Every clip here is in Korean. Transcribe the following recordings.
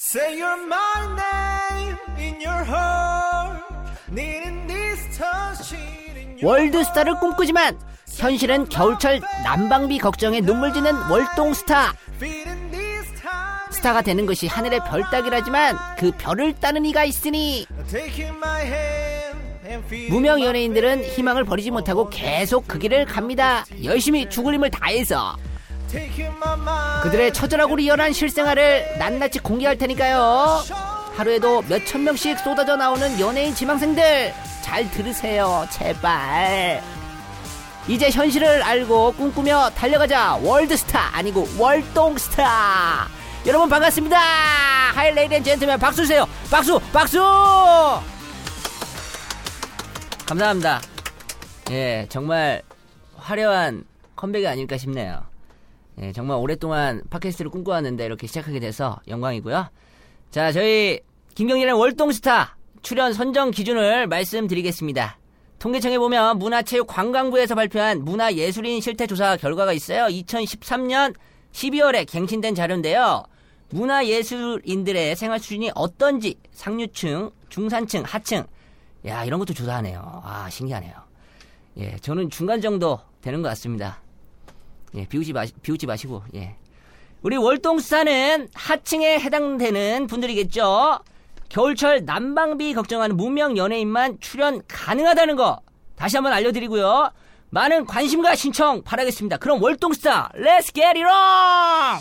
Say you're my name in your heart. 네는 distortion in your 월드스타를 꿈꾸지만 현실은 겨울철 난방비 걱정에 눈물 지는 월동 스타. feeling this time. 스타가 되는 것이 하늘의 별 따기라지만 그 별을 따는 이가 있으니 Taking my hand and feeling 무명 연예인들은 희망을 버리지 못하고 계속 그 길을 갑니다. 열심히 죽을 힘을 다해서 taking my mind. 그들의 처절하고 리얼한 실생활을 낱낱이 공개할 테니까요. 하루에도 몇 천 명씩 쏟아져 나오는 연예인 지망생들 잘 들으세요. 제발. 이제 현실을 알고 꿈꾸며 달려가자. 월드스타 아니고 월동스타. 여러분 반갑습니다. 하이 레이디 앤 젠틀맨 박수 주세요. 박수 박수. 감사합니다. 예, 정말 화려한 컴백이 아닐까 싶네요. 예, 정말 오랫동안 팟캐스트를 꿈꿔왔는데 이렇게 시작하게 돼서 영광이고요. 자, 저희 김경진의 월동스타 출연 선정 기준을 말씀드리겠습니다. 통계청에 보면 문화체육관광부에서 발표한 문화예술인 실태조사 결과가 있어요. 2013년 12월에 갱신된 자료인데요. 문화예술인들의 생활 수준이 어떤지 상류층, 중산층, 하층. 야, 이런 것도 조사하네요. 아, 신기하네요. 예, 저는 중간 정도 되는 것 같습니다. 예, 비우지 마 비우지 마시고, 예. 우리 월동스타는 하층에 해당되는 분들이겠죠? 겨울철 난방비 걱정하는 무명 연예인만 출연 가능하다는 거 다시 한번 알려드리고요. 많은 관심과 신청 바라겠습니다. 그럼 월동스타, 렛츠 get it on!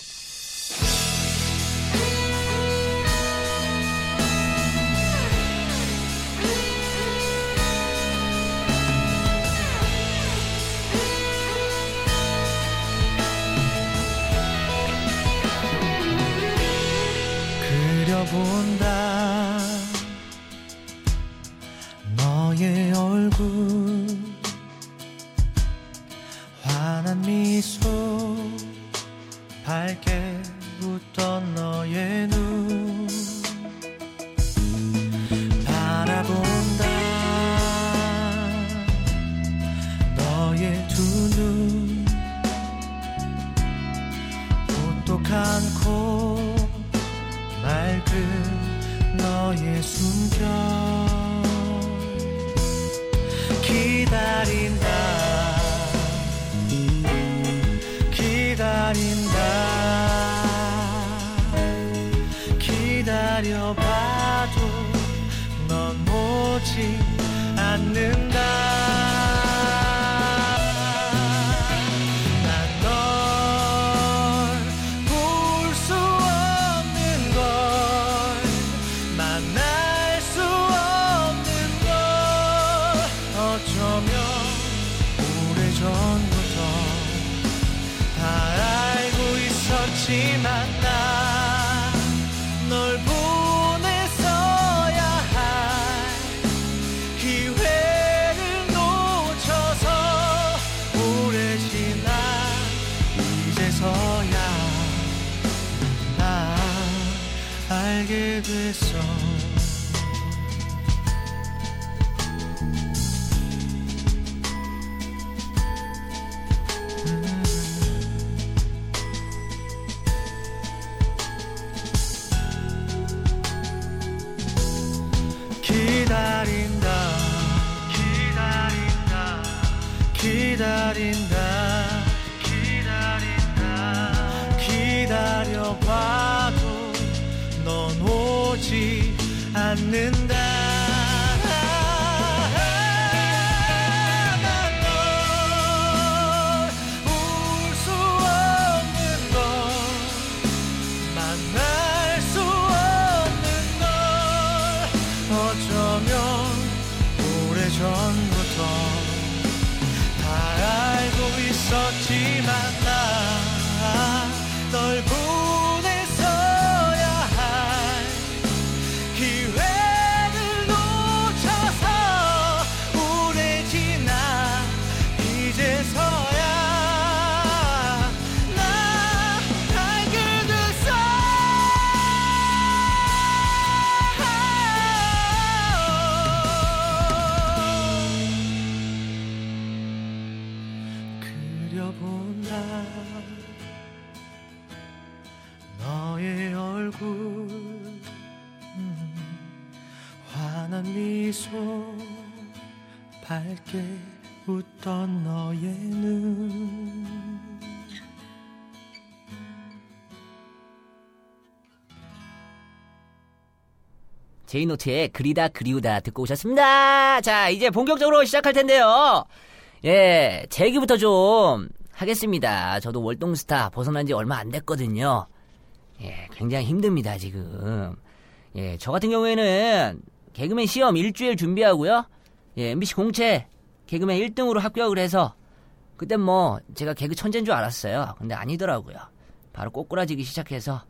그려본다 너의 얼굴 환한 미소 밝게 웃던 너의 눈 바라본다 너의 두눈 혹독한 코 맑은 너의 숨결 기다린다 기다린다 기다려봐도 넌 오지 않는다 난 널 볼 수 없는 걸 만날 수 없는 걸 어쩌면 오래전부터 다 알고 있었지만 나 널 보냈어야 할 기회를 놓쳐서 오래 지나 이제서야 나 알게 됐어 기다린다 기다린다 기다린다 기다린다 기다려봐도 넌 오지 않는다 난널울수 없는 걸 만날 수 없는 널 어쩌면 오래전부터 다 알고 있었지만 나 널 보냈어야 할 기회를 놓쳐서 오래 지나 이제서야 나 알게 됐어 그려본다 너의 얼굴 미소 밝게 웃던 너의 눈 제이노트의 그리다 그리우다 듣고 오셨습니다. 자, 이제 본격적으로 시작할 텐데요. 예, 제 얘기부터 좀 하겠습니다. 저도 월동스타 벗어난 지 얼마 안 됐거든요. 예, 굉장히 힘듭니다, 지금. 예, 저 같은 경우에는 개그맨 시험 일주일 준비하고요. 예, MBC 공채 개그맨 1등으로 합격을 해서 그땐 뭐 제가 개그 천재인 줄 알았어요. 근데 아니더라고요. 바로 꼬꾸라지기 시작해서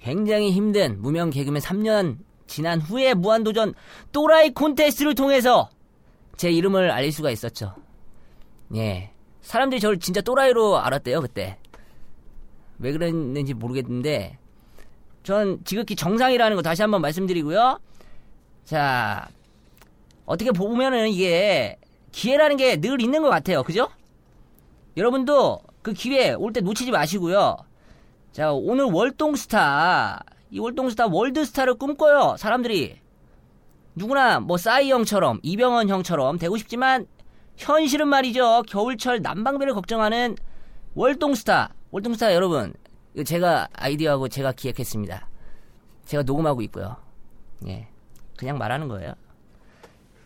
굉장히 힘든 무명 개그맨 3년 지난 후에 무한도전 또라이 콘테스트를 통해서 제 이름을 알릴 수가 있었죠. 예. 사람들이 저를 진짜 또라이로 알았대요, 그때. 왜 그랬는지 모르겠는데, 전 지극히 정상이라는 거 다시 한번 말씀드리고요. 자, 어떻게 보면은 이게 기회라는 게 늘 있는 것 같아요. 그죠? 여러분도 그 기회 올 때 놓치지 마시고요. 자, 오늘 월동스타. 이 월동스타 월드스타를 꿈꿔요. 사람들이. 누구나 뭐 싸이 형처럼 이병헌 형처럼 되고 싶지만 현실은 말이죠. 겨울철 난방비를 걱정하는 월동스타. 월동스타 여러분. 이거 제가 아이디어하고 제가 기획했습니다. 제가 녹음하고 있고요. 예. 그냥 말하는 거예요.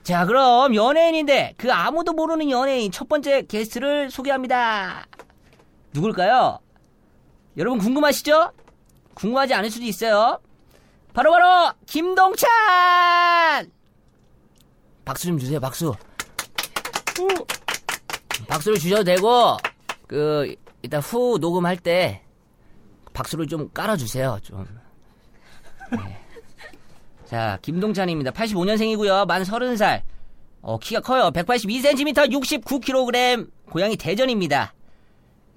자, 그럼 연예인인데 그 아무도 모르는 연예인 첫 번째 게스트를 소개합니다. 누굴까요? 여러분 궁금하시죠? 궁금하지 않을 수도 있어요. 바로바로 김동찬! 박수 좀 주세요, 박수. 박수를 주셔도 되고, 그, 일단 후 녹음할 때 박수를 좀 깔아주세요, 좀. 네. 자, 김동찬입니다. 85년생이고요. 만 30살. 어, 키가 커요. 182cm, 69kg. 고향이 대전입니다.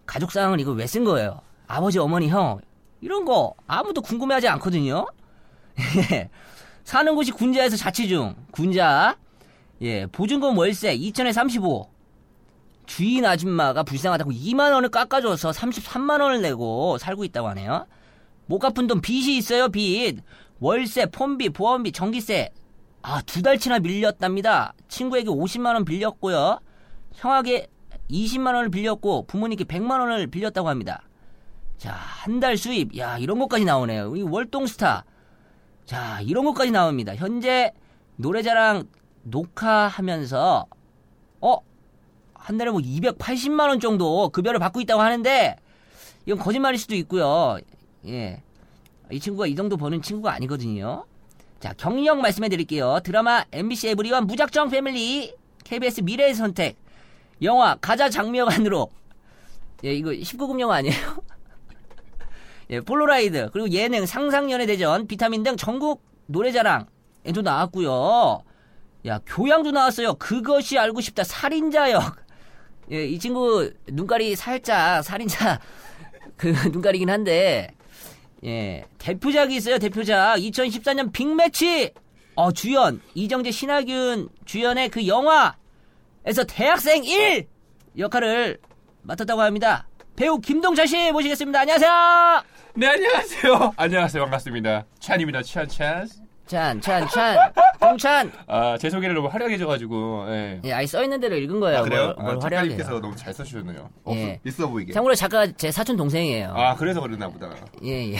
가족 사항을 이거 왜 쓴 거예요? 아버지, 어머니, 형 이런 거 아무도 궁금해하지 않거든요. 예. 사는 곳이 군자에서 자취 중 군자 예 보증금 월세 2천에 35 주인 아줌마가 불쌍하다고 2만 원을 깎아줘서 33만 원을 내고 살고 있다고 하네요. 못 갚은 돈 빚이 있어요 빚 월세 폰비 보험비 전기세 아 두 달치나 밀렸답니다. 친구에게 50만 원 빌렸고요. 형에게 20만 원을 빌렸고 부모님께 100만 원을 빌렸다고 합니다. 자, 한 달 수입. 야, 이런 것까지 나오네요. 이 월동스타. 자, 이런 것까지 나옵니다. 현재 노래자랑 녹화하면서, 어? 한 달에 뭐 280만원 정도 급여를 받고 있다고 하는데, 이건 거짓말일 수도 있고요. 예. 이 친구가 이 정도 버는 친구가 아니거든요. 자, 경력 말씀해 드릴게요. 드라마 MBC 에브리원 무작정 패밀리, KBS 미래의 선택, 영화 가자 장미여관으로. 예, 이거 19금 영화 아니에요? 예, 폴로라이드 그리고 예능 상상연애 대전 비타민 등 전국 노래자랑 에도 나왔고요. 야 교양도 나왔어요. 그것이 알고 싶다 살인자 역. 예, 이 친구 눈깔이 살짝 살인자 그 눈깔이긴 한데 예 대표작이 있어요. 대표작 2014년 빅매치 어 주연 이정재 신하균 주연의 그 영화에서 대학생 1 역할을 맡았다고 합니다. 배우 김동찬 씨 모시겠습니다. 안녕하세요. 네 안녕하세요. 안녕하세요 반갑습니다. 찬입니다. 찬 찬. 찬, 찬, 찬, 동찬. 아제 소개를 너무 화려하게져가지고 예. 예, 아예 써 있는 대로 읽은 거예요. 뭘, 뭘 아, 화려하게. 작가님께서 너무 잘 써주셨네요. 어, 예. 있어 보이게. 참고로 작가 제 사촌 동생이에요. 아 그래서 그랬나 보다. 예, 예.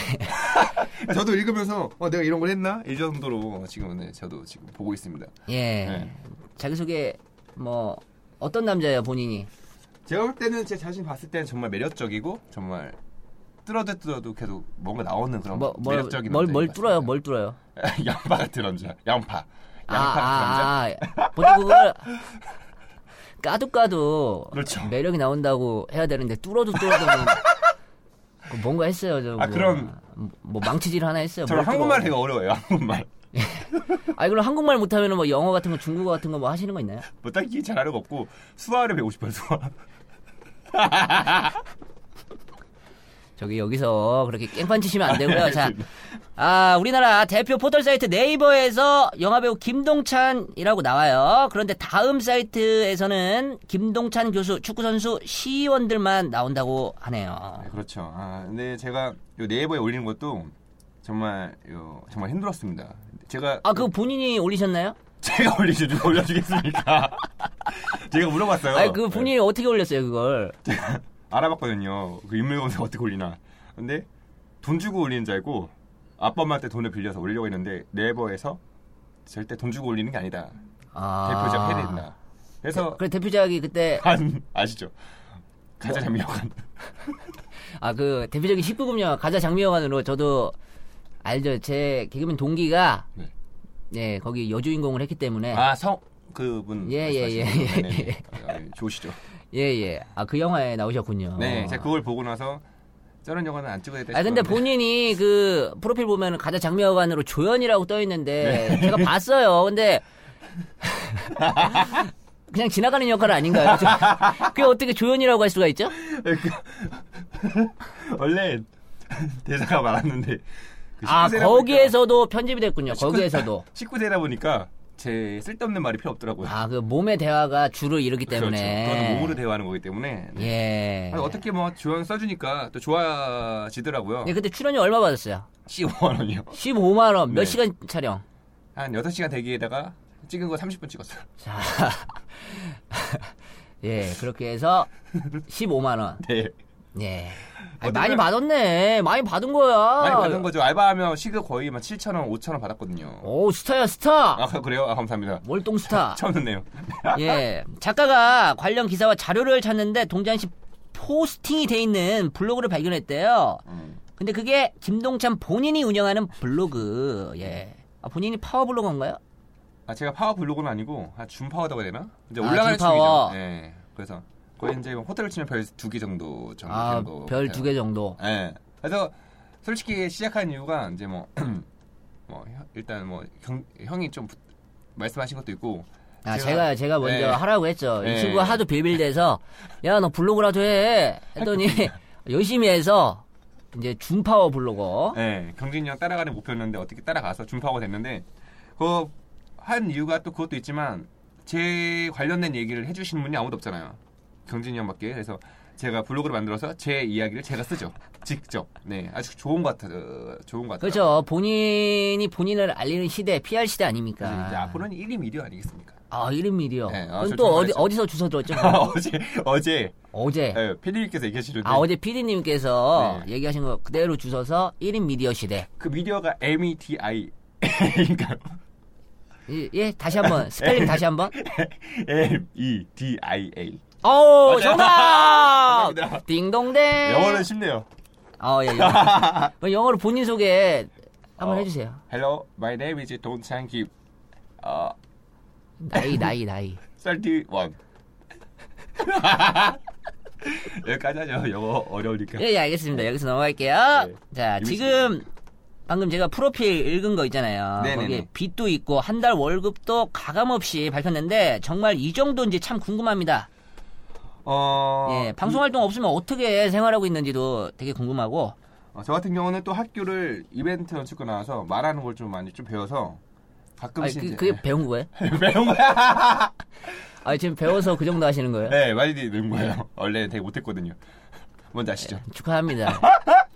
저도 읽으면서 어, 내가 이런 걸 했나 이 정도로 지금 네, 저도 지금 보고 있습니다. 예. 네. 자기소개, 뭐, 어떤 남자예요, 본인이? 제가 볼 때는 제 자신 봤을 때는 정말 매력적이고 정말 뚫어도 뚫어도 계속 뭔가 나오는 그런 뭐, 뭘, 어, 매력적인 뭘, 남자인 뭘 것 뚫어요, 같습니다. 네. 뭘 뚫어요? 양파 같은 남자. 양파. 양파 아, 같은 남자. 아, 아. 보통 그걸. 까도까도 그렇죠. 매력이 나온다고 해야 되는데 뚫어도 뚫어도 뭐- 그 뭔가 했어요 저. 뭐, 아, 그럼. 뭐 망치질 하나 했어요. 저는 뭘 뚫어. 한국말 되게 어려워요. 한국말. 아 그럼 한국말 못하면 뭐 영어 같은 거 중국어 같은 거 뭐 하시는 거 있나요? 뭐 딱히 잘하는 거 없고 수화를 배우고 싶어요. 수화. 저기 여기서 그렇게 깽판 치시면 안 되고요. 자, 아 우리나라 대표 포털 사이트 네이버에서 영화배우 김동찬이라고 나와요. 그런데 다음 사이트에서는 김동찬 교수, 축구 선수, 시의원들만 나온다고 하네요. 네, 그렇죠. 아, 근데 제가 요 네이버에 올리는 것도 정말 요, 정말 힘들었습니다. 제가 아 그 본인이 아, 올리셨나요? 제가 올리시 올려주겠습니까? 제가 물어봤어요. 아니 그 본인이 어떻게 올렸어요 그걸? 제가 알아봤거든요. 그 인물 검색 어떻게 올리나. 근데 돈 주고 올리는 줄 알고 아빠 엄마한테 돈을 빌려서 올리려고 했는데 네이버에서 절대 돈 주고 올리는 게 아니다. 아. 대표작 해야 된다. 그래서 그래 대표작이 그때 간 아시죠? 가자 장미여관. 아 그 대표적인 19금 영화 가자 장미여관으로 저도 알죠. 제 개그맨 동기가 네. 예 거기 여주인공을 했기 때문에 아성 그분 네. 예, 예, 예, 말씀하시는 예, 분. 네네. 아, 예, 좋으시죠? 예예 아 그 영화에 나오셨군요. 네, 제가 그걸 보고 나서 저런 영화는 안 찍어야 되다. 아 근데 싶었는데. 본인이 그 프로필 보면 가자 장미여관으로 조연이라고 떠 있는데 네. 제가 봤어요. 근데 그냥 지나가는 역할 아닌가요? 저- 그게 어떻게 조연이라고 할 수가 있죠? 그- 그러니까 원래 대사가 많았는데 그 그러니까. 아 19세다 거기에서도 편집이 됐군요. 보니까- 아, 거기에서도 19세다 보니까 제 쓸데없는 말이 필요 없더라고요. 아 그 몸의 대화가 주를 이루기 때문에 그렇죠. 그건 몸으로 대화하는 거기 때문에 네. 예. 아니, 어떻게 뭐 조언 써주니까 또 좋아지더라고요. 예, 그때 출연료 얼마 받았어요? 15만 원이요. 15만 원. 몇 네. 시간 촬영? 한 6시간 대기에다가 찍은 거 30분 찍었어요. 자. 예, 그렇게 해서 15만 원. 네. 예. 아니, 어떤 많이 날- 받았네. 많이 받은 거야. 많이 받은 거죠. 알바하면 시급 거의 막 7천 원, 5천 원 받았거든요. 오, 스타야, 스타. 아 그래요? 아 감사합니다. 월동 스타. 처음 듣네요. 예. 작가가 관련 기사와 자료를 찾는데 동장씨 포스팅이 돼 있는 블로그를 발견했대요. 음. 근데 그게 김동찬 본인이 운영하는 블로그. 예. 아, 본인이 파워 블로거인가요? 아 제가 파워 블로그는 아니고 아, 준 파워라고 해야 되나? 이제 아, 올라가는 준 파워. 중이죠. 예. 그래서 거의 이제 뭐 호텔을 치면 별 두 개 정도 정도 아, 되는 거. 별 두 개 정도. 예. 그래서 솔직히 시작한 이유가 이제 뭐, 뭐 혀- 일단 뭐 경- 형이 좀 부- 말씀하신 것도 있고 아, 제가, 제가 먼저 예. 하라고 했죠. 이 예. 친구가 하도 빌빌대서, 야, 너 블로그라도 해. 했더니, 열심히 해서, 이제 준파워 블로거. 예, 경진이 형 따라가는 목표였는데 어떻게 따라가서 준파가 됐는데 그 한 이유가 또 그것도 있지만 제 관련된 얘기를 해주신 분이 아무도 없잖아요. 경진이 형밖에 그래서 제가 블로그를 만들어서 제 이야기를 제가 쓰죠. 직접. 네, 아주 좋은 것 같아요. 좋은 것 같아요. 그렇죠. 본인이 본인을 알리는 시대, PR 시대 아닙니까? 그래서 이제 앞으로는 1인 미디어 아니겠습니까? 아, 이름 미디어. 네, 아, 그건 저 또 정말 어디, 했죠. 어디서 주워 들었죠? 어제 어제 어제. 예, 피디님께서 얘기하시는데 네. 아, 어제 PD님께서 네. 얘기하신 거 그대로 주워서 1인 미디어 시대. 그 미디어가 M E T I 그러니까 예, 예, 다시 한 네. 번. 스펠링 다시 한 번. M E T I A 어우, 맞아요. 정답! 감사합니다. 딩동댕! 영어는 쉽네요. 어, 예, 영어. 그럼 영어로 본인 소개 한번 어, 해주세요. Hello, my name is Don Chang Kim. 어, 나이, 나이, 나이. 31. 여기까지 하죠. 영어 어려우니까. 예, 예, 알겠습니다. 여기서 넘어갈게요. 네. 자, 지금 방금 제가 프로필 읽은 거 있잖아요. 네네네. 거기에 빚도 있고 한 달 월급도 가감없이 밝혔는데 정말 이 정도인지 참 궁금합니다. 어, 예, 방송 활동 없으면 어떻게 생활하고 있는지도 되게 궁금하고. 어, 저 같은 경우는 또 학교를 이벤트 연출과 나와서 말하는 걸 좀 많이 좀 배워서 아, 가끔씩 그, 이제- 그게 배운 거예요? 배운 거야. 아, 지금 배워서 그 정도 하시는 거예요? 네, 많이 는 거예요. 원래 되게 못했거든요. 뭔지 아시죠? 축하합니다.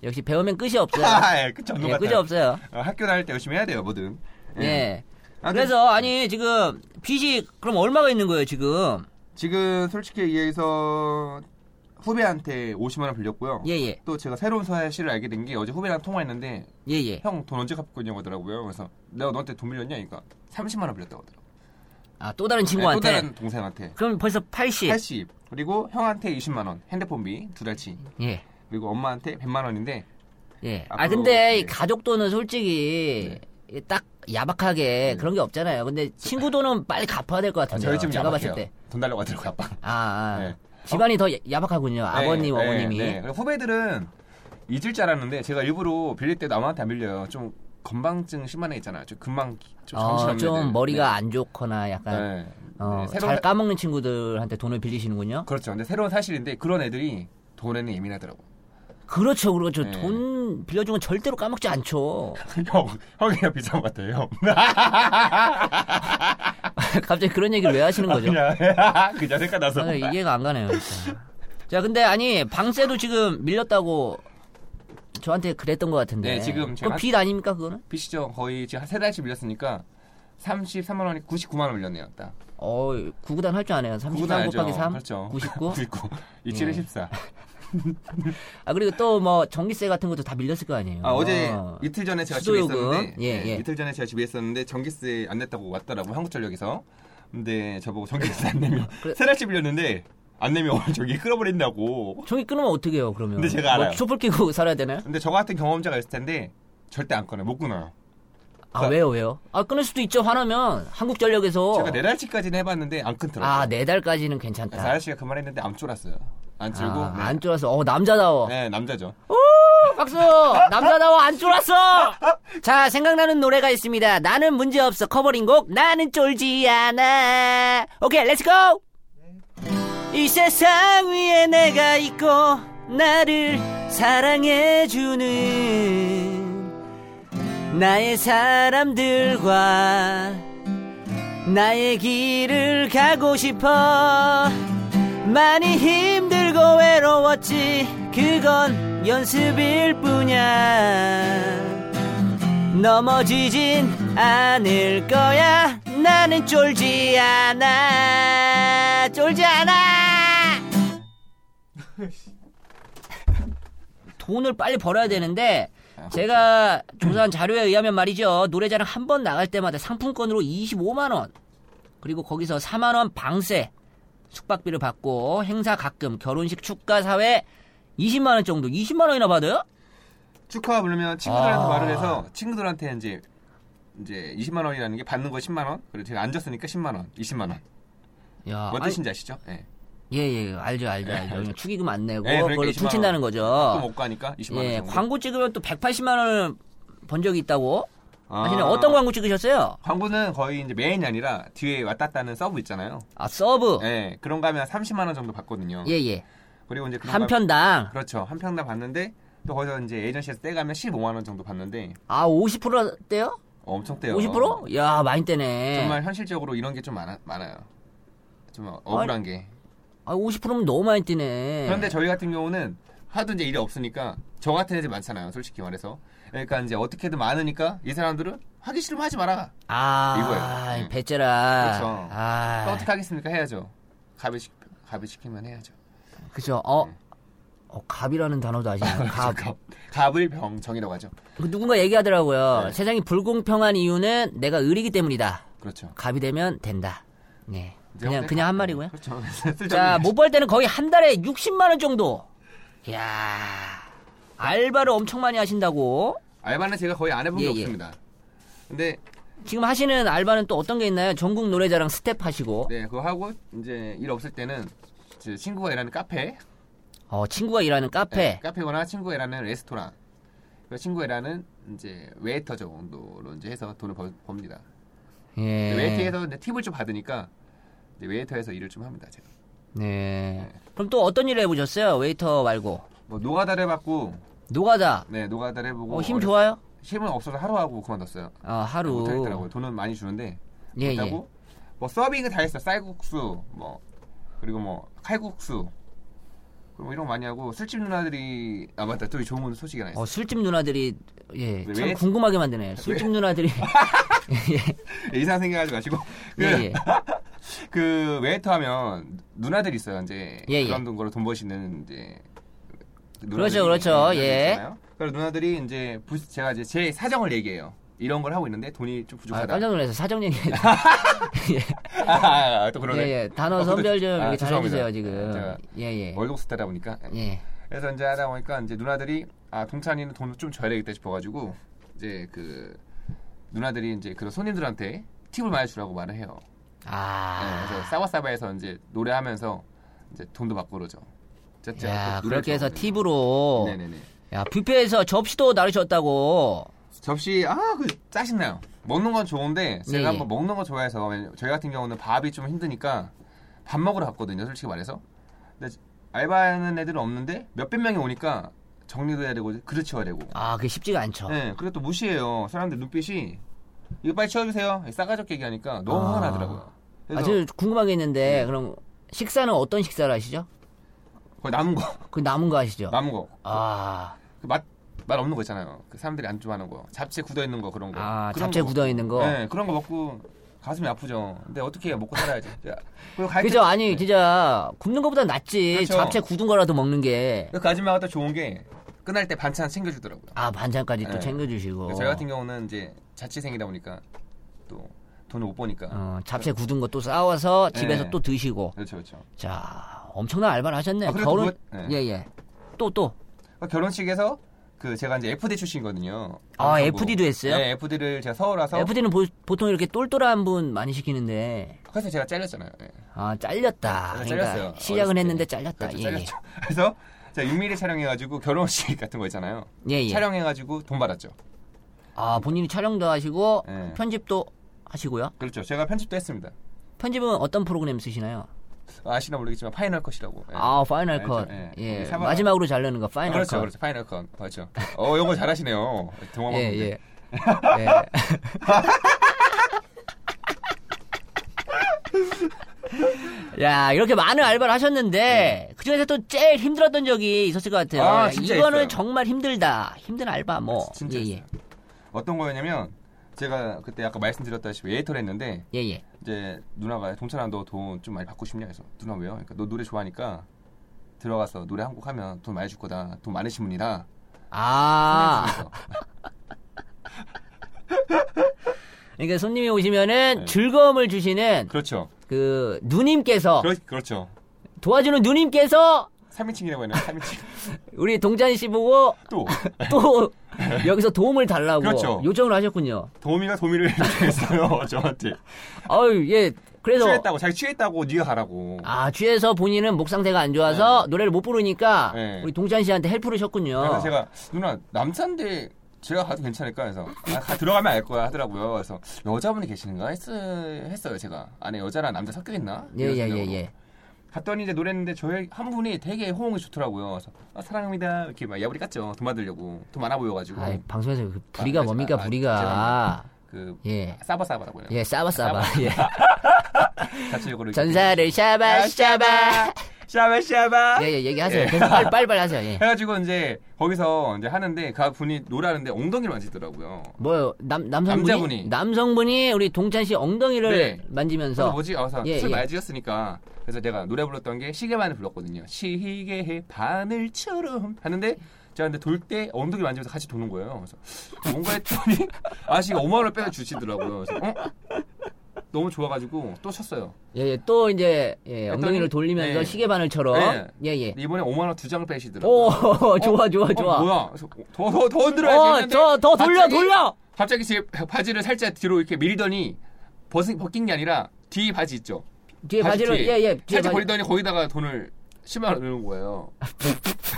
역시 배우면 끝이 없어요. 아, 예, 그쵸. 예, 끝이 없어요. 어, 학교 다닐 때 열심히 해야 돼요, 뭐든. 예. 아, 그래서 아니 지금 빚이 그럼 얼마가 있는 거예요 지금? 지금 솔직히 얘기해서 후배한테 50만 원 빌렸고요. 예예 또 제가 새로운 사실을 알게 된 게 어제 후배랑 통화했는데 예예. 형 돈 언제 갚고 있냐고 하더라고요. 그래서 내가 너한테 돈 빌렸냐? 그러니까 30만 원 빌렸다고 하더라고요. 아 예. 또 다른 네, 또 친구한테. 다른 동생한테 그럼 벌써 80. 80. 그리고 형한테 20만 원 핸드폰비 두 달치. 예. 그리고 엄마한테 100만 원인데 예. 아 앞으로, 근데 이 예. 가족 돈은 솔직히 네. 이딱 야박하게 그런 게 없잖아요. 근데 친구 돈은 빨리 갚아야 될 것 아, 같은데요. 네. 저희 집 제가 야박해요. 봤을 때. 돈 달라고 하더라고요, 아빠. 아, 아. 네. 집안이 더 야- 야박하군요. 아버님, 네, 어머님이. 네, 네. 그리고 후배들은 잊을 줄 알았는데 제가 일부러 빌릴 때 남한테 안 빌려요. 좀 건방증 심한 애 있잖아요. 좀 금방 좀 어, 정신없는 좀 애들. 머리가 안 좋거나 네. 약간 네. 어, 네, 새로운 잘 까먹는 친구들한테 돈을 빌리시는군요. 그렇죠. 근데 새로운 사실인데 그런 애들이 돈에는 예민하더라고. 그렇죠, 그렇죠. 네. 돈 빌려준 건 절대로 까먹지 않죠. 형, 형이랑 비슷한 것 같아요. 갑자기 그런 얘기를 왜 하시는 거죠? 그냥 그냥 생각나서. 아, 이해가 안 가네요. 진짜. 자, 근데 아니 방세도 지금 밀렸다고 저한테 그랬던 것 같은데. 네, 지금 제가- 그빚 아닙니까 그거는? 빚이죠. 거의 지금 한 세 달씩 빌렸으니까 33만 원이 99만 원 밀렸네요. 딱. 어, 구구단 할 줄 아네요. 33 곱하기 3. 그렇죠. 99. 99. 27에 예. 14. 아, 그리고 또 뭐 전기세 같은 것도 다 밀렸을 거 아니에요. 아, 어제 이틀 전에 제가 집에 수도요금. 있었는데 예, 예, 예. 이틀 전에 제가 집에 있었는데 전기세 안 냈다고 왔더라고 한국전력에서. 근데 저보고 전기세 안 내면 아, 그래. 세달치 빌렸는데 안 내면 오늘 저기 끌어버린다고. 종이 끊으면 어떻게 해요, 그러면? 근데 제가 알아요. 뭐 촛불 끼고 살아야 되나요? 근데 저 같은 경험자가 있을 텐데 절대 안 끊어요. 못 끊어요. 아, 그러니까- 왜요, 왜요? 아, 끊을 수도 있죠. 화나면 한국전력에서 제가 네 달치까지는 해봤는데 안 끊더라고요. 어. 아, 네 달까지는 괜찮다. 그래서 아저씨가 그 말했는데 안 쫄았어요. 안 쫄고 아, 네. 안 쫄아서 어 남자다워 네, 남자죠. 박수 남자다워 안 쫄았어 자 생각나는 노래가 있습니다 나는 문제없어 커버링곡 나는 쫄지 않아 오케이 렛츠고 이 세상 위에 내가 있고 나를 사랑해주는 나의 사람들과 나의 길을 가고 싶어 많이 힘들고 외로웠지 그건 연습일 뿐이야 넘어지진 않을 거야 나는 쫄지 않아 쫄지 않아 돈을 빨리 벌어야 되는데 제가 조사한 자료에 의하면 말이죠 노래자랑 한 번 나갈 때마다 상품권으로 25만 원 그리고 거기서 4만 원 방세 숙박비를 받고 행사 가끔 결혼식 축가 사회 20만 원 정도 20만 원이나 받아요? 축하 부르면 친구들한테 아. 말을 해서 친구들한테 이제 이제 20만 원이라는 게 받는 거 10만 원 그리고 제가 앉았으니까 10만 원, 20만 원. 야, 뭔 아니, 뜻인지 아시죠? 예. 예, 예, 알죠, 알죠, 알죠. 그냥 축의금 안 내고 예, 그러니까 그걸로 20만 원. 퉁친다는 또 거죠. 먹고 하니까 20만 아. 예, 원 정도. 광고 찍으면 또 180만 원을 번 적이 있다고. 아. 아시는 어떤 광고 찍으셨어요? 광고는 거의 이제 메인이 아니라 뒤에 왔다 갔다는 서브 있잖아요. 아, 서브. 예. 그런 거 하면 30만 원 정도 받거든요. 예, 예. 그리고 이제 그런 한 거- 편당. 그렇죠. 한 평당 받는데 또 거기서 이제 에이전시에서 떼가면 15만 원 정도 받는데 아, 50% 대요? 어, 엄청 떼요. 50%? 야, 많이 떼네. 정말 현실적으로 이런 게 좀 많아, 많아요. 좀 억울한 게. 아, 50%면 너무 많이 떼네. 그런데 저희 같은 경우는 하도 이제 일이 없으니까 저 같은 애들 많잖아요. 솔직히 말해서. 그러니까 이제 어떻게든 많으니까 이 사람들은 하기 싫으면 하지 마라. 아, 이거예요. 예. 배째라. 그렇죠. 아. 또 어떻게 하겠습니까? 해야죠. 갑이 시, 갑이 시키면 해야죠. 그죠. 어, 어 갑이라는 단어도 아시나요? 갑. 네. 갑. 갑을 병정이라고 하죠. 그 누군가 얘기하더라고요. 네. 세상이 불공평한 이유는 내가 의리기 때문이다. 그렇죠. 갑이 되면 된다. 네. 그냥 이제 그냥 한 갑. 말이고요. 그렇죠. 자, 뭐- 쓸데없는 못 벌 때는 거의 한 달에 60만 원 정도. 이야. 알바를 엄청 많이 하신다고. 알바는 제가 거의 안 해본 예, 게 예. 없습니다. 근데 지금 하시는 알바는 또 어떤 게 있나요? 전국 노래자랑 스텝 하시고. 네 그거 하고 이제 일 없을 때는 제 친구가 일하는 카페 어, 친구가 일하는 카페. 네, 카페거나 친구가 일하는 레스토랑 그 친구가 일하는 이제 웨이터 정도로 이제 해서 돈을 벌, 법니다. 예. 네. 그 웨이터에서 이제 팁을 좀 받으니까 이제 웨이터에서 일을 좀 합니다. 제가 네. 그럼 또 어떤 일을 해 보셨어요? 웨이터 말고. 뭐 노가다를 해봤고 노가다. 네 노가다를 해보고 어, 힘 어렸- 좋아요? 힘은 없어서 하루 하고 그만뒀어요. 어, 하루. 못하겠더라고요. 돈은 많이 주는데 예, 예. 못하고 뭐 서빙을 다 했어. 요 쌀국수 뭐 그리고 뭐 칼국수 그리고 뭐 이런 거 많이 하고 술집 누나들이 아 맞다 또 좋은 소식이 하나 있어. 어, 요 술집 누나들이 예, 왜- 참 왜- 궁금하게 만드네요. 술집 누나들이 이상 생각하지 마시고 어. 예, 그 예. 그 웨이터 하면 누나들 있어요. 이제 예, 예. 그런 돈으로 돈 버시는 이제 누나들이 그렇죠, 그렇죠. 누나들이 예. 있잖아요. 그래서 누나들이 이제 부- 제가 이제 제 사정을 얘기해요. 이런 걸 하고 있는데 돈이 좀 아, 부족하다. 깜짝 놀라서 사정 얘기. 아, 아, 아, 또 예, 그러네. 예. 어, 단어 근데- 선별 좀 아, 이렇게 죄송합니다. 아, 잘해주세요 지금. 제가 예, 예. 월급 스타다 보니까. 예. 그래서 이제 하다 보니까 이제 누나들이 아 동찬이는 돈을 좀 줘야 되겠다 싶어가지고 이제 그 누나들이 이제 그런 손님들한테 팁을 많이 주라고 말을 해요. 네, 아. 그래서 사와사바에서 이제 노래하면서 이제 돈도 받고 그러죠. 진짜 야, 또 노래를 그렇게 해서 좋아하거든요. 팁으로 네네네. 야, 뷔페에서 접시도 나르셨다고. 접시 아 그 짜증나요. 먹는 건 좋은데 제가 예, 예. 한번 먹는 거 좋아해서 왜냐면 저희 같은 경우는 밥이 좀 힘드니까 밥 먹으러 갔거든요. 솔직히 말해서. 근데 알바하는 애들은 없는데 몇백 명이 오니까 정리도 해야 되고 그릇 치워야 되고. 아, 그게 쉽지가 않죠. 네, 그리고 또 무시해요. 사람들 눈빛이 이거 빨리 치워주세요. 싸가지없게 얘기하니까 너무 아. 화가 나더라고요. 아, 그래서 네. 저 궁금한 게 있는데 그럼 식사는 어떤 식사를 하시죠? 거의 남은 거, 그 남은 거 하시죠? 남은 거. 아. 그 맛 말 없는 거 있잖아요. 그 사람들이 안 좋아하는 거. 잡채 굳어 있는 거 그런 거. 아, 그런 잡채 거 굳어 있는 거. 네, 그런 거 먹고 가슴이 아프죠. 근데 어떻게 해요? 먹고 살아야지. 야, 그리고 갈 그죠? 때- 아니, 네. 진짜 굽는 거보다 낫지. 그렇죠. 잡채 굳은 거라도 먹는 게. 그 아줌마가 또 좋은 게 끝날 때 반찬 챙겨주더라고요. 아, 반찬까지 또 네. 챙겨주시고. 저희 같은 경우는 이제 자취생이다 보니까 또 돈을 못 버니까. 어, 잡채 굳은 거 또 싸워서 집에서 네. 또 드시고. 그렇죠, 그렇죠. 자, 엄청난 알바를 하셨네. 아, 그래도 결혼. 그거- 예, 네. 예. 또, 또. 그러니까 결혼식에서 그 제가 이제 FD 출신이거든요. 아, 경상북. FD 도 했어요? 네, FD를 제가 서울 와서 FD는 보통 이렇게 똘똘한 분 많이 시키는데. 그래서 제가 잘렸잖아요. 예. 아, 잘렸다. 그래서 그러니까 네, 잘렸어요. 어렸을 시작은 때. 했는데 잘렸다. 그렇죠, 예, 예. 잘렸죠. 그래서 제가 6mm 촬영해가지고 결혼식 같은 거 있잖아요. 예, 예. 촬영해가지고 돈 받았죠. 아, 본인이 촬영도 하시고 네. 편집도 하시고요. 그렇죠. 제가 편집도 했습니다. 편집은 어떤 프로그램 쓰시나요? 아시나 모르겠지만 파이널 컷이라고. 예. 아, 파이널 알죠. 컷. 예. 예. 사과- 마지막으로 잘르는 거 파이널 그렇죠, 컷. 그렇죠. 파이널 컷. 그렇죠. 어, 요거 잘하시네요. 동화 예, 먹는데. 예. 예. 야, 이렇게 많은 알바를 하셨는데, 그 중에서 또 제일 힘들었던 적이 있었을 것 같아요. 네. 아, 진짜 이거는 있어요. 아, 정말 힘들다. 힘든 알바, 뭐. 진짜 예, 있어요. 예. 어떤 거였냐면 제가 그때 아까 말씀드렸다시피 웨이터를 했는데 예, 예. 이제 누나가 동찬아 너 돈 좀 많이 받고 싶냐 해서 누나 왜요? 그러니까 너 노래 좋아하니까 들어가서 노래 한 곡 하면 돈 많이 줄 거다. 돈 많으신 분이다. 아, 그래서 그러니까 손님이 오시면은 네. 즐거움을 주시는 그렇죠. 그 누님께서, 그렇, 그렇죠. 도와주는 누님께서, 3인칭이라고 했나요? 3인칭. 우리 동찬 씨 보고 또 또 여기서 도움을 달라고 그렇죠. 요청을 하셨군요. 도미가 도미를 이렇게 했어요. 저한테. 아유, 예. 그래서 취했다고 자기 취했다고 네가 가라고. 아, 취해서 본인은 목 상태가 안 좋아서 노래를 못 부르니까 네. 우리 동찬 씨한테 헬프를 셨군요. 그래서 제가 누나 남자인데 제가 가도 괜찮을까 해서 아, 가- 들어가면 알 거야 하더라고요. 그래서 여자분이 계시는가 했, 했어요 제가 안에 여자랑 남자 섞여 있나? 예, 이런 예, 예, 생각으로. 예. 갔더니 이제 노래했는데 저희 한 분이 되게 호응이 좋더라고요. 그래서 아, 사랑합니다 이렇게 막 야부리 깠죠. 돈 받으려고 돈 많아 보여가지고 아, 방송에서 그 부리가 아, 뭡니까, 아, 부리가. 그 예. 싸바 싸바라고요. 예, 싸바 싸바. 예. 자체적으로 전사를 아, 샤바 샤바. 샤바 샤바 예, 예, 얘기하세요. 계속 빨리 빨리 빨리 하세요. 예. 해가지고 이제 거기서 이제 하는데 그 분이 노래하는데 엉덩이를 만지더라고요. 뭐요? 남 남성분이 남자분이. 남성분이 우리 동찬 씨 엉덩이를 네. 만지면서 그래서 뭐지? 아, 그래서 예, 술 예. 많이 지었으니까 그래서 제가 노래 불렀던 게 시계만을 불렀거든요. 시계 바늘처럼 하는데 제가 근데 돌 때 엉덩이 만지면서 같이 도는 거예요. 그래서 뭔가 했더니 아씨가 5만 원을 빼서 주시더라고요. 그래서 어? 너무 좋아가지고 또 쳤어요. 예, 예, 또 이제 예, 엉덩이를 했더니, 돌리면서 네. 시계바늘처럼 예, 예. 근데 이번에 5만 원 두 장을 빼시더라고요. 오, 좋아, 좋아, 어, 좋아. 뭐야? 더더더 흔들어야지. 어, 했는데 저, 더 돌려, 갑자기- 돌려! 갑자기 제 바지를 살짝 뒤로 이렇게 밀더니 벗, 벗긴 게 아니라 뒤 바지 있죠. 뒤에 바지를, 뒤에 예, 예. 뒤에 살짝 바지. 버리더니 거기다가 돈을 10만 원 넣는 거예요.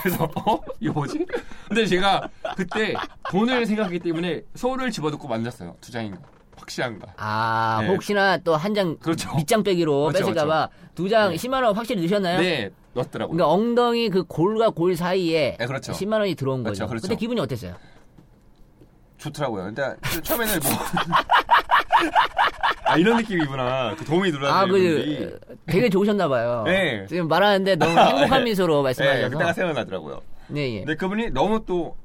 그래서 어? 이거 뭐지? 근데 제가 그때 돈을 생각했기 때문에 소를 집어넣고 만졌어요. 두 장인가. 확실한가. 아, 네. 혹시나 또 한 장 그렇죠. 밑장 빼기로 그렇죠, 뺏을까봐 두 장 네. 10만원 확실히 넣으셨나요? 네, 넣었더라고요. 그러니까 엉덩이 그 골과 골 사이에 네, 그렇죠. 10만원이 들어온 그렇죠, 거죠. 그렇죠. 근데 기분이 어땠어요? 좋더라고요. 근데 처음에는 뭐. 아, 이런 느낌이구나. 그 도움이 눌러야 아, 되는데. 그, 되게 좋으셨나봐요. 네. 지금 말하는데 너무 행복한 미소로 네, 말씀하셔서. 그때가 생각나더라고요. 네, 예. 근데 그분이 너무 또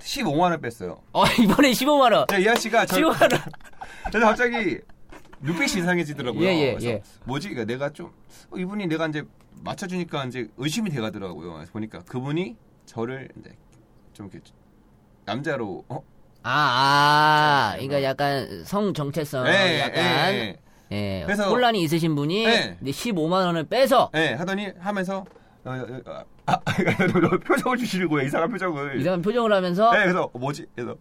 15만 원 뺐어요. 어, 이번에 15만원. 네, 이하 씨가 저 15만원. 그래서 갑자기 눈빛이 이상해지더라고요. 예, 예, 그래서 예. 뭐지? 그러니까 내가 좀 어, 이분이 내가 이제 맞춰주니까 이제 의심이 돼가더라고요. 그래서 보니까 그분이 저를 이제 좀 이렇게 남자로 어? 아, 아, 그러니까 약간 성 정체성, 예, 약간 예, 예, 그래서- 혼란이 있으신 분이 예. 이제 15만 원을 빼서 예. 예, 하더니 하면서 어, 어, 어, 아, 표정을 주시는 거예요. 이상한 표정을. 이상한 표정을 하면서 예, 그래서 어, 뭐지? 그래서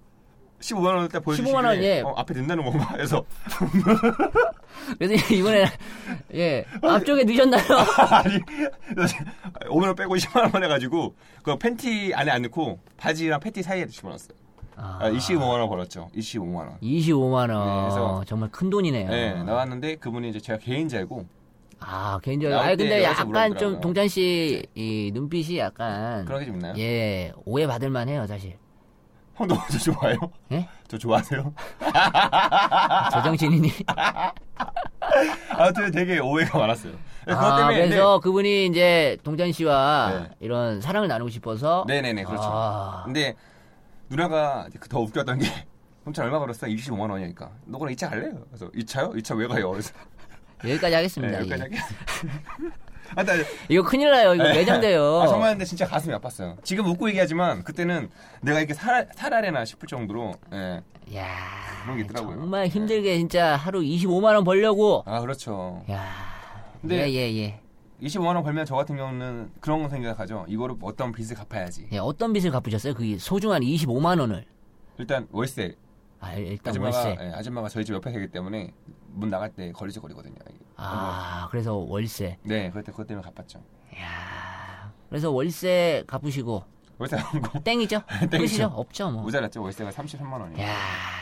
15만 원을 딱 보여주시길래 15만 원, 예. 어, 앞에 된다는 건가? 그래서 그래서 이번에 예 앞쪽에 늦었나요? 아니 5만 원 빼고 20만 원 해가지고 그 팬티 안에 안 넣고 바지랑 팬티 사이에 집어넣었어요. 아, 25만 원 벌었죠. 25만 원. 25만 원 네, 그래서- 정말 큰 돈이네요. 네, 나왔는데 그분이 이제 제가 개인자이고 아 개인적으로 나올 아 때 근데 여기서 약간 좀 물어보더라고요. 동찬 씨 이 눈빛이 약간 그런 게 좀 있나요? 예 오해 받을 만해요 사실. 형 너무 저 좋아요? 예? 저 좋아하세요? 제정신이니? 아무튼 되게 오해가 많았어요. 네, 그것 아, 때문에 그래서 그분이 이제 동찬 씨와 네. 이런 사랑을 나누고 싶어서 네, 네네 그렇죠. 아. 근데 누나가 이제 그더 웃겼던 게 혼자 얼마 걸었어? 25만 원이니까. 너 그럼 2차 갈래요? 그래서 2차요? 2차 왜 가요? 그래서 네, 여기까지 하겠습니다. 여기까지 예. 할게. 아, 나 이거 큰일 나요. 이거 매장돼요. 아, 정말 근데 진짜 가슴이 아팠어요. 지금 웃고 얘기하지만 그때는 내가 이렇게 살, 살아래나 싶을 정도로 예. 야 그런 게 있더라고요. 네. 정말 힘들게 진짜 하루 25만 원 벌려고. 아 그렇죠. 야. 근데- 예, 예, 예. 25만 원 벌면 저 같은 경우는 그런 거 생각하죠. 이거를 어떤 빚을 갚아야지. 예, 어떤 빚을 갚으셨어요? 그 소중한 25만 원을. 일단 월세. 아, 일단 아줌마가 월세. 예, 아줌마가 저희 집 옆에 살기 때문에 문 나갈 때 걸리적거리거든요. 아, 그래서 월세. 네, 그때 그것 때문에 갚았죠. 야. 그래서 월세 갚으시고 월세 안 거. 땡이죠? 땡이죠. 끝이죠? 없죠, 뭐. 모자랐죠. 월세가 33만 원이에요. 야,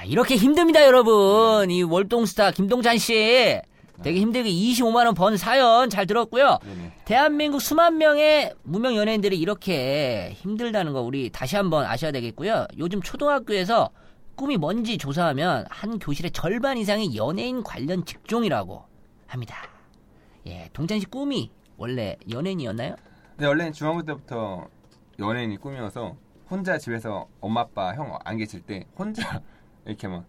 이렇게 힘듭니다, 여러분. 이 월동스타 김동찬 씨. 되게 힘들게 25만 원 번 사연 잘 들었고요. 네네. 대한민국 수만 명의 무명 연예인들이 이렇게 힘들다는 거 우리 다시 한번 아셔야 되겠고요. 요즘 초등학교에서 꿈이 뭔지 조사하면 한 교실의 절반 이상이 연예인 관련 직종이라고 합니다. 예, 동찬 씨 꿈이 원래 연예인이었나요? 근데 원래는 중학교 때부터 연예인이 꿈이어서 혼자 집에서 엄마 아빠 형 안 계실 때 혼자 이렇게 막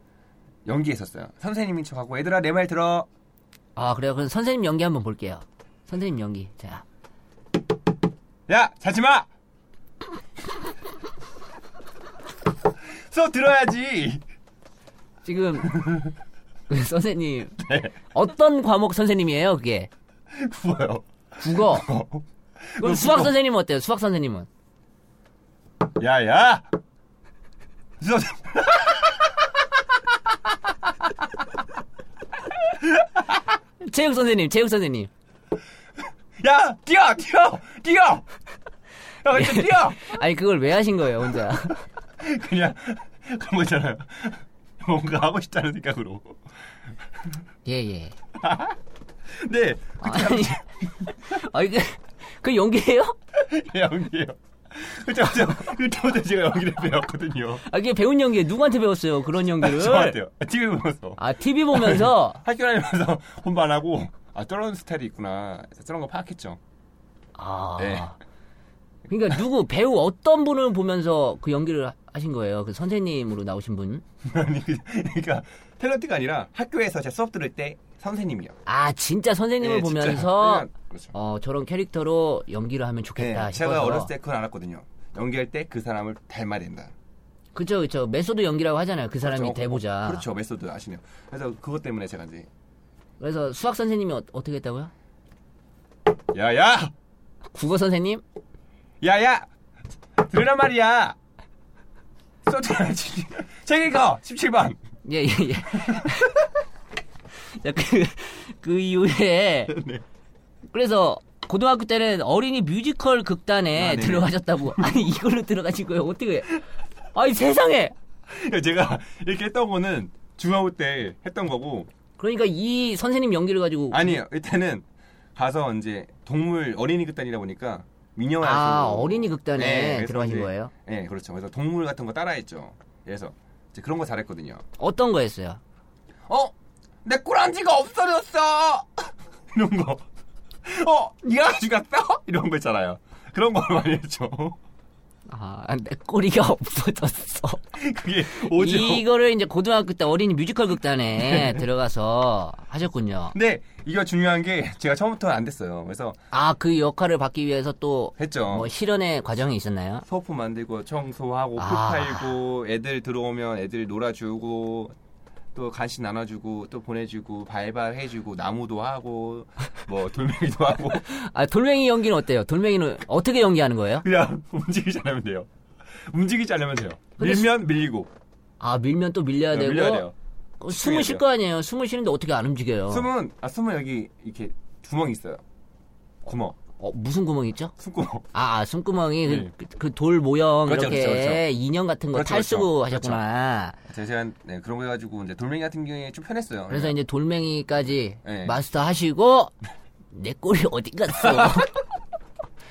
연기했었어요. 선생님인 척하고 얘들아 내 말 들어. 아, 그래요. 그럼 선생님 연기 한번 볼게요. 선생님 연기. 자. 야 자지 마. 수업 들어야지. 지금 그 선생님 어떤 과목 선생님이에요, 그게? 뭐요? 국어. 그럼 수학 국어. 선생님은 어때요? 수학 선생님은? 야야. 수업 체육 선생님, 체육 선생님. 야 뛰어 뛰어 뛰어. 야 그냥 뛰어. 아니 그걸 왜 하신 거예요 혼자? 그냥 그런 거잖아요. 뭔가 하고 싶다는 생각으로. 예예. 네. 아니, 아 이게 그 연기예요? 연기예요. 그렇죠, 그때부터 그때부터 제가 연기를 배웠거든요. 아 이게 배운 연기 누구한테 배웠어요 그런 연기를? 저한테요. TV 보면서 아 TV 보면서 학교 다니면서 혼반하고 아 저런 스타일이 있구나. 그래서 저런 거 파악했죠. 아 네. 그러니까 누구 배우 어떤 분을 보면서 그 연기를 하신 거예요? 그 선생님으로 나오신 분? 아니, 그러니까 탤런트가 아니라 학교에서 제 수업 들을 때 선생님이요. 아 진짜 선생님을 예, 진짜. 보면서 그냥 그렇죠. 어 저런 캐릭터로 연기를 하면 예, 좋겠다 싶어서 제가 어렸을 때 그건 알았거든요. 연기할 때 그 사람을 닮아야 된다. 그쵸 그쵸 메소드 연기라고 하잖아요 그 사람이 그렇죠. 대보자 그렇죠. 메소드 아시네요. 그래서 그것 때문에 제가 이제 그래서 수학 선생님이 어, 어떻게 했다고요? 야야 국어 선생님? 야야 들으란 말이야. 수업 들어야지. 책 읽어 17번. 예, 예, 예. 자, 그, 그 이후에. 그래서, 고등학교 때는 어린이 뮤지컬 극단에 아, 네. 들어가셨다고. 아니, 이걸로 들어가시고요. 어떻게. 아니, 세상에! 그러니까 제가 이렇게 했던 거는 중학교 때 했던 거고 그러니까 이 선생님 연기를 가지고. 아니 일단은 가서 이제 동물 어린이 극단이다 보니까 그 민영화 아, 어린이 극단에 들어가신 거예요? 네 그렇죠 그래서 동물 같은 거 따라했죠 그래서 이제 그런 거 잘했거든요 어떤 거였어요? 어? 내 꼬랑지가 없어졌어 이런 거 어? 니가 죽였어? 이런 거 있잖아요 그런 거 많이 했죠 아, 내 꼬리가 없어졌어. 그게 오죠 네. 이거를 이제 고등학교 때 어린이 뮤지컬 극단에 들어가서 하셨군요. 근데 이거 중요한 게 제가 처음부터는 안 됐어요 그래서 아, 그 역할을 받기 위해서 또. 했죠 뭐 실현의 과정이 있었나요? 소품 만들고 청소하고 풀 아. 팔고 애들 들어오면 애들 놀아주고 또 간식 나눠주고 또 보내주고 발발해주고 나무도 하고 뭐 돌멩이도 하고 아 돌멩이 연기는 어때요? 돌멩이는 어떻게 연기하는 거예요? 그냥 움직이지 않으면 돼요. 움직이지 않으면 돼요. 근데 밀면 밀리고 아 밀면 또 밀려야 되고 네, 밀려야 돼요. 어, 숨을 쉴 거 아니에요? 숨을 쉬는데 어떻게 안 움직여요? 숨은 아 숨은 여기 이렇게 구멍이 있어요. 구멍 어, 무슨 구멍 있죠? 숨구멍. 아, 아, 숨구멍이 네. 그 돌 모형 그렇죠, 이렇게 그렇죠, 그렇죠. 인형 같은 거 그렇죠, 탈쓰고 그렇죠. 하셨구나. 제가 네, 그런 거 해가지고 이제 돌멩이 같은 경우에 좀 편했어요. 그래서 이제 돌멩이까지 네. 마스터 하시고 내 꼬리 어디 갔어?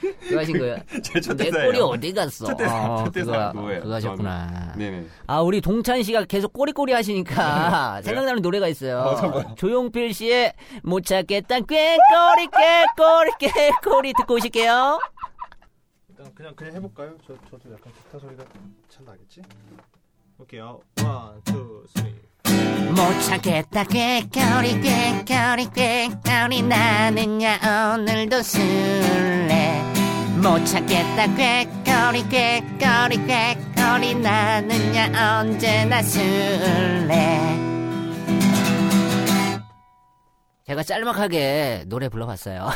그거 하신 거예요? 제첫 내 대사예요. 꼬리 어디 갔어? 첫 대사, 어, 첫 대사 그거, 그거예요, 그거 하셨구나. 저는. 네네. 아 우리 동찬 씨가 계속 꼬리꼬리 하시니까 생각나는 노래가 있어요. 어떤 거요? 조용필 씨의 못 찾겠다 꾀꼬리 꾀꼬리 꾀꼬리 듣고 오실게요. 깜짝이야. 일단 그냥 그냥 해볼까요? 저 저도 약간 기타 소리가 잘 나겠지? 오케이요. 원, 투, 쓰리. 못 참겠다 꾀꼬리 꾀꼬리 꾀꼬리 나는야 오늘도 술래 못 참겠다 꾀꼬리 꾀꼬리 꾀꼬리 나는야 언제나 술래 제가 짤막하게 노래 불러봤어요.